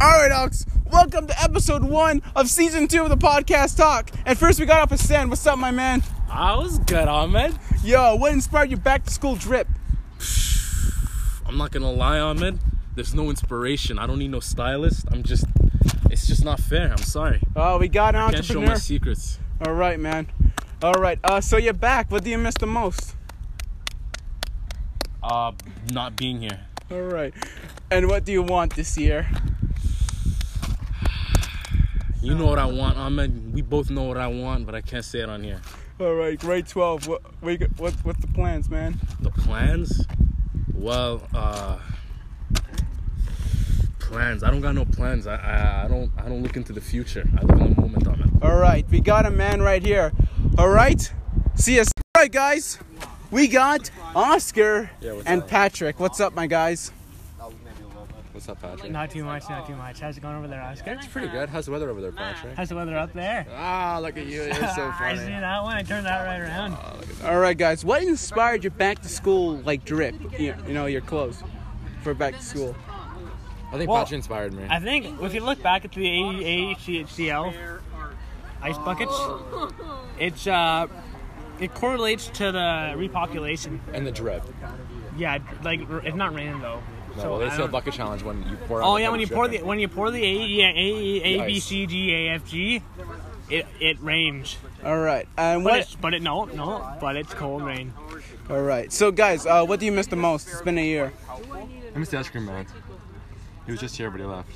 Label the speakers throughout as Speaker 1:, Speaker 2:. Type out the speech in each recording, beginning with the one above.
Speaker 1: All right, Ox. Welcome to episode one of season two of the podcast talk. And first, we got off with Stan. What's up, my man?
Speaker 2: I was good, Ahmed.
Speaker 1: Yo, what inspired your back to school drip?
Speaker 2: I'm not gonna lie, Ahmed. There's no inspiration. I don't need no stylist. I'm just, it's just not fair. I'm sorry.
Speaker 1: Oh, we got an
Speaker 2: Can't show my
Speaker 1: entrepreneur.
Speaker 2: secrets.
Speaker 1: All right, man. All right. Uh, so you're back. What do you miss the most?
Speaker 2: Uh, not being here.
Speaker 1: All right. And what do you want this year?
Speaker 2: You know what I want, Ahmed. We both know what I want, but I can't say it on here.
Speaker 1: All right, grade twelve. What, what, you- what what's the plans, man?
Speaker 2: The plans? Well, uh, plans. I don't got no plans. I, I, I don't, I don't look into the future. I live in the moment, Ahmed.
Speaker 1: All right, we got a man right here. All right, see us. All right, guys, we got Oscar
Speaker 2: Yeah, what's
Speaker 1: and
Speaker 2: up?
Speaker 1: Patrick. What's up, my guys?
Speaker 3: What's up, Patrick?
Speaker 4: Not too much, not too much. How's it going over there, Oscar?
Speaker 3: It's pretty good. How's the weather over there, Patrick?
Speaker 4: How's the weather up there?
Speaker 3: Ah, look at you. You're so
Speaker 4: I see
Speaker 3: funny.
Speaker 4: that one. I turned that right around.
Speaker 1: All right, guys, what inspired your back to school like drip? You, you know, your clothes for back to school.
Speaker 3: I think
Speaker 4: Well,
Speaker 3: Patrick inspired me.
Speaker 4: I think if you look back at the AHCHCL ice buckets, it's uh, it correlates to the repopulation.
Speaker 3: And the drip.
Speaker 4: Yeah, like r- it's not raining though.
Speaker 3: No, well, they
Speaker 4: I
Speaker 3: say a
Speaker 4: don't-
Speaker 3: bucket challenge when you pour.
Speaker 4: Oh
Speaker 3: on
Speaker 4: yeah,
Speaker 3: the
Speaker 4: when you
Speaker 3: drip
Speaker 4: pour
Speaker 3: in.
Speaker 4: the when you pour the A yeah, A A B
Speaker 3: ice.
Speaker 4: C G A F G, it it rains.
Speaker 1: All right, and
Speaker 4: But
Speaker 1: what?
Speaker 4: it's, but it no no, but it's cold rain.
Speaker 1: All right, so guys, uh, what do you miss the most? It's been a year.
Speaker 3: I missed the ice cream man. He was just here, but he left.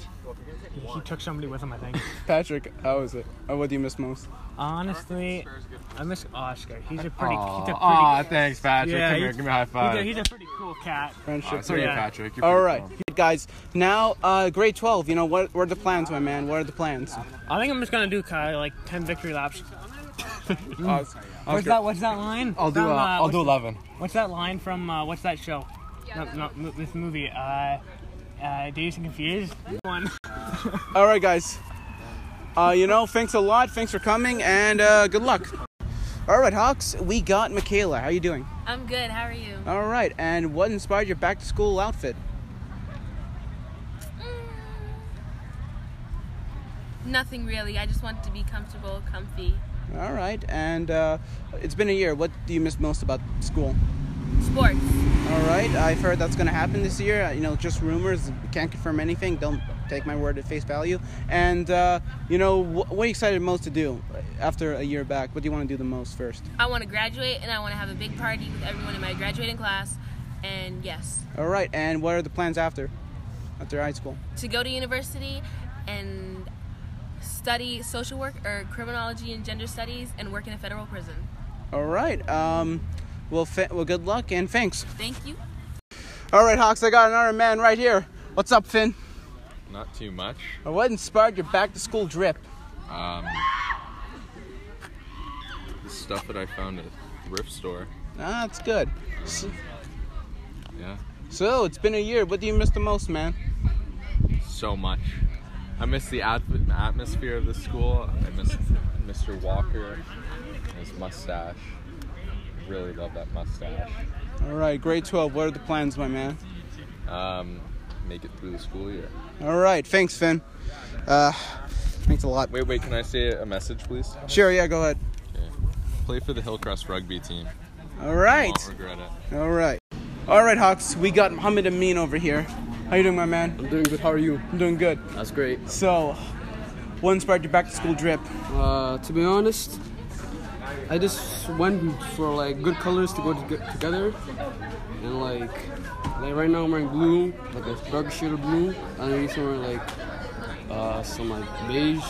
Speaker 4: He took somebody with him, I think.
Speaker 1: Patrick, how is it? Uh, what do you miss most?
Speaker 4: Honestly, I miss Oscar. He's a pretty. he's a pretty.
Speaker 3: Aw, thanks, Patrick.
Speaker 4: Yeah,
Speaker 3: Come here,
Speaker 4: he's-
Speaker 3: give me a high
Speaker 4: he's, a,
Speaker 3: five.
Speaker 4: he's a pretty cool cat.
Speaker 1: Friendship.
Speaker 3: Aw, so are you,
Speaker 4: Uh, Yeah.
Speaker 3: Patrick. You're
Speaker 1: All
Speaker 3: pretty
Speaker 1: right,
Speaker 3: cool.
Speaker 1: guys. Now, uh, grade twelve. You know, what? What are the plans, my man? What are the plans?
Speaker 4: I think I'm just gonna do kind of like ten victory laps.
Speaker 1: Os-
Speaker 4: What's
Speaker 1: Oscar.
Speaker 4: that? What's that line?
Speaker 3: I'll do. Uh,
Speaker 4: From, uh,
Speaker 3: I'll
Speaker 4: what's,
Speaker 3: do eleven.
Speaker 4: What's that line from? Uh, what's that show? Not, not mo- this movie. Uh, uh, Dazed and Confused. One.
Speaker 1: All right, guys. Uh, you know, thanks a lot. Thanks for coming, and uh, good luck. All right, Hawks. We got Michaela. How you doing?
Speaker 5: I'm good. How are you?
Speaker 1: All right. And what inspired your back to school outfit?
Speaker 5: Nothing really. I just want to be comfortable, comfy.
Speaker 1: All right. And uh, it's been a year. What do you miss most about school?
Speaker 5: Sports.
Speaker 1: All right. I've heard that's going to happen this year. Uh, You know, just rumors. Can't confirm anything. Don't take my word at face value. And uh, you know, wh- what are you excited most to do after a year back? What do you want to do the most first?
Speaker 5: I want to graduate and I want to have a big party with everyone in my graduating class. And yes,
Speaker 1: All right. And what are the plans after, after high school?
Speaker 5: to go to university and study social work or criminology and gender studies and work in a federal prison.
Speaker 1: All right. Um, well, fa- well, good luck and thanks.
Speaker 5: Thank you.
Speaker 1: All right, Hawks, I got another man right here. What's up, Finn?
Speaker 6: Not too much.
Speaker 1: What inspired your back to school drip?
Speaker 6: Um, the stuff that I found at a thrift store.
Speaker 1: Ah, that's good. S-
Speaker 6: Yeah.
Speaker 1: So, it's been a year. What do you miss the most, man?
Speaker 6: So much. I miss the at- atmosphere of the school. I miss Mr. Walker, his mustache. Really love that mustache.
Speaker 1: All right, grade 12. What are the plans, my man?
Speaker 6: Um, make it through the school year.
Speaker 1: All right, thanks, Finn. Uh, thanks a lot.
Speaker 6: Wait, wait. Can I say a message, please?
Speaker 1: Sure, yeah, go ahead.
Speaker 6: Play for the Hillcrest rugby team.
Speaker 1: All right,
Speaker 6: Won't regret it.
Speaker 1: all right. All right, Hawks, we got Muhammad Amin over here. How you doing, my man?
Speaker 7: I'm doing good. How are you?
Speaker 1: I'm doing good.
Speaker 7: That's great.
Speaker 1: So, what inspired your back to school drip?
Speaker 7: Uh, to be honest, I just went for like good colors to go to get together, and like like right now I'm wearing blue, like a dark shade of blue. Underneath I'm wearing like uh, some like beige.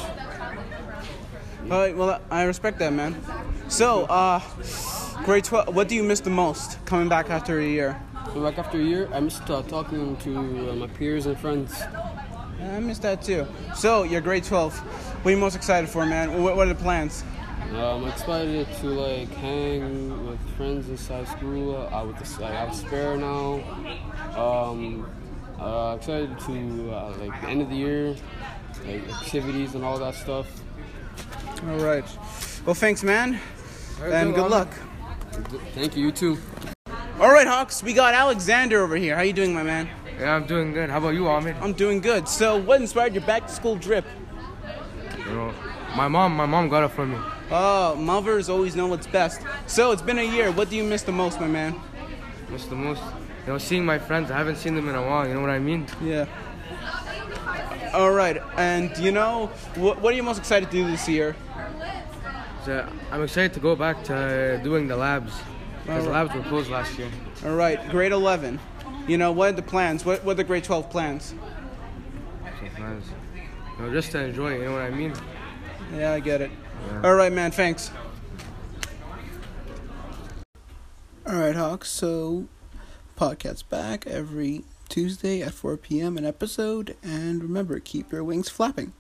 Speaker 1: All right, well, I respect that, man. So, uh, grade 12, what do you miss the most coming back after a year?
Speaker 7: And like after a year, I missed uh, talking to uh, my peers and friends.
Speaker 1: I miss that too. So, you're grade 12. What are you most excited for, man? What, what are the plans?
Speaker 7: Um, I'm excited to like hang with friends inside school. Uh, I with the like, I have spare now. Um, uh, excited to uh, like the end of the year, like activities and all that stuff.
Speaker 1: All right. Well, thanks, man. And good luck.
Speaker 7: Thank you. You too.
Speaker 1: All right, Hawks, we got Alexander over here. How you doing, my man?
Speaker 8: Hey, Yeah, I'm doing good. How about you, Ahmed?
Speaker 1: I'm doing good. So, what inspired your back to school drip?
Speaker 8: You know, my mom, my mom got it for me.
Speaker 1: Oh, mothers always know what's best. So, it's been a year. What do you miss the most, my man?
Speaker 8: It's the most, you know, seeing my friends. I haven't seen them in a while. You know what I mean?
Speaker 1: Yeah. All right. And, you know, what, what are you most excited to do this year?
Speaker 8: So I'm excited to go back to doing the labs. Because the labs were closed last year.
Speaker 1: All right, grade 11. You know, what are the plans? What, what are the grade 12 plans?
Speaker 8: So it's nice. You know, just to enjoy. it, You know what I mean?
Speaker 1: Yeah, I get it. All right, man. Thanks. All right, Hawk. So, podcast back every Tuesday at 4 p.m. an episode, and remember, keep your wings flapping.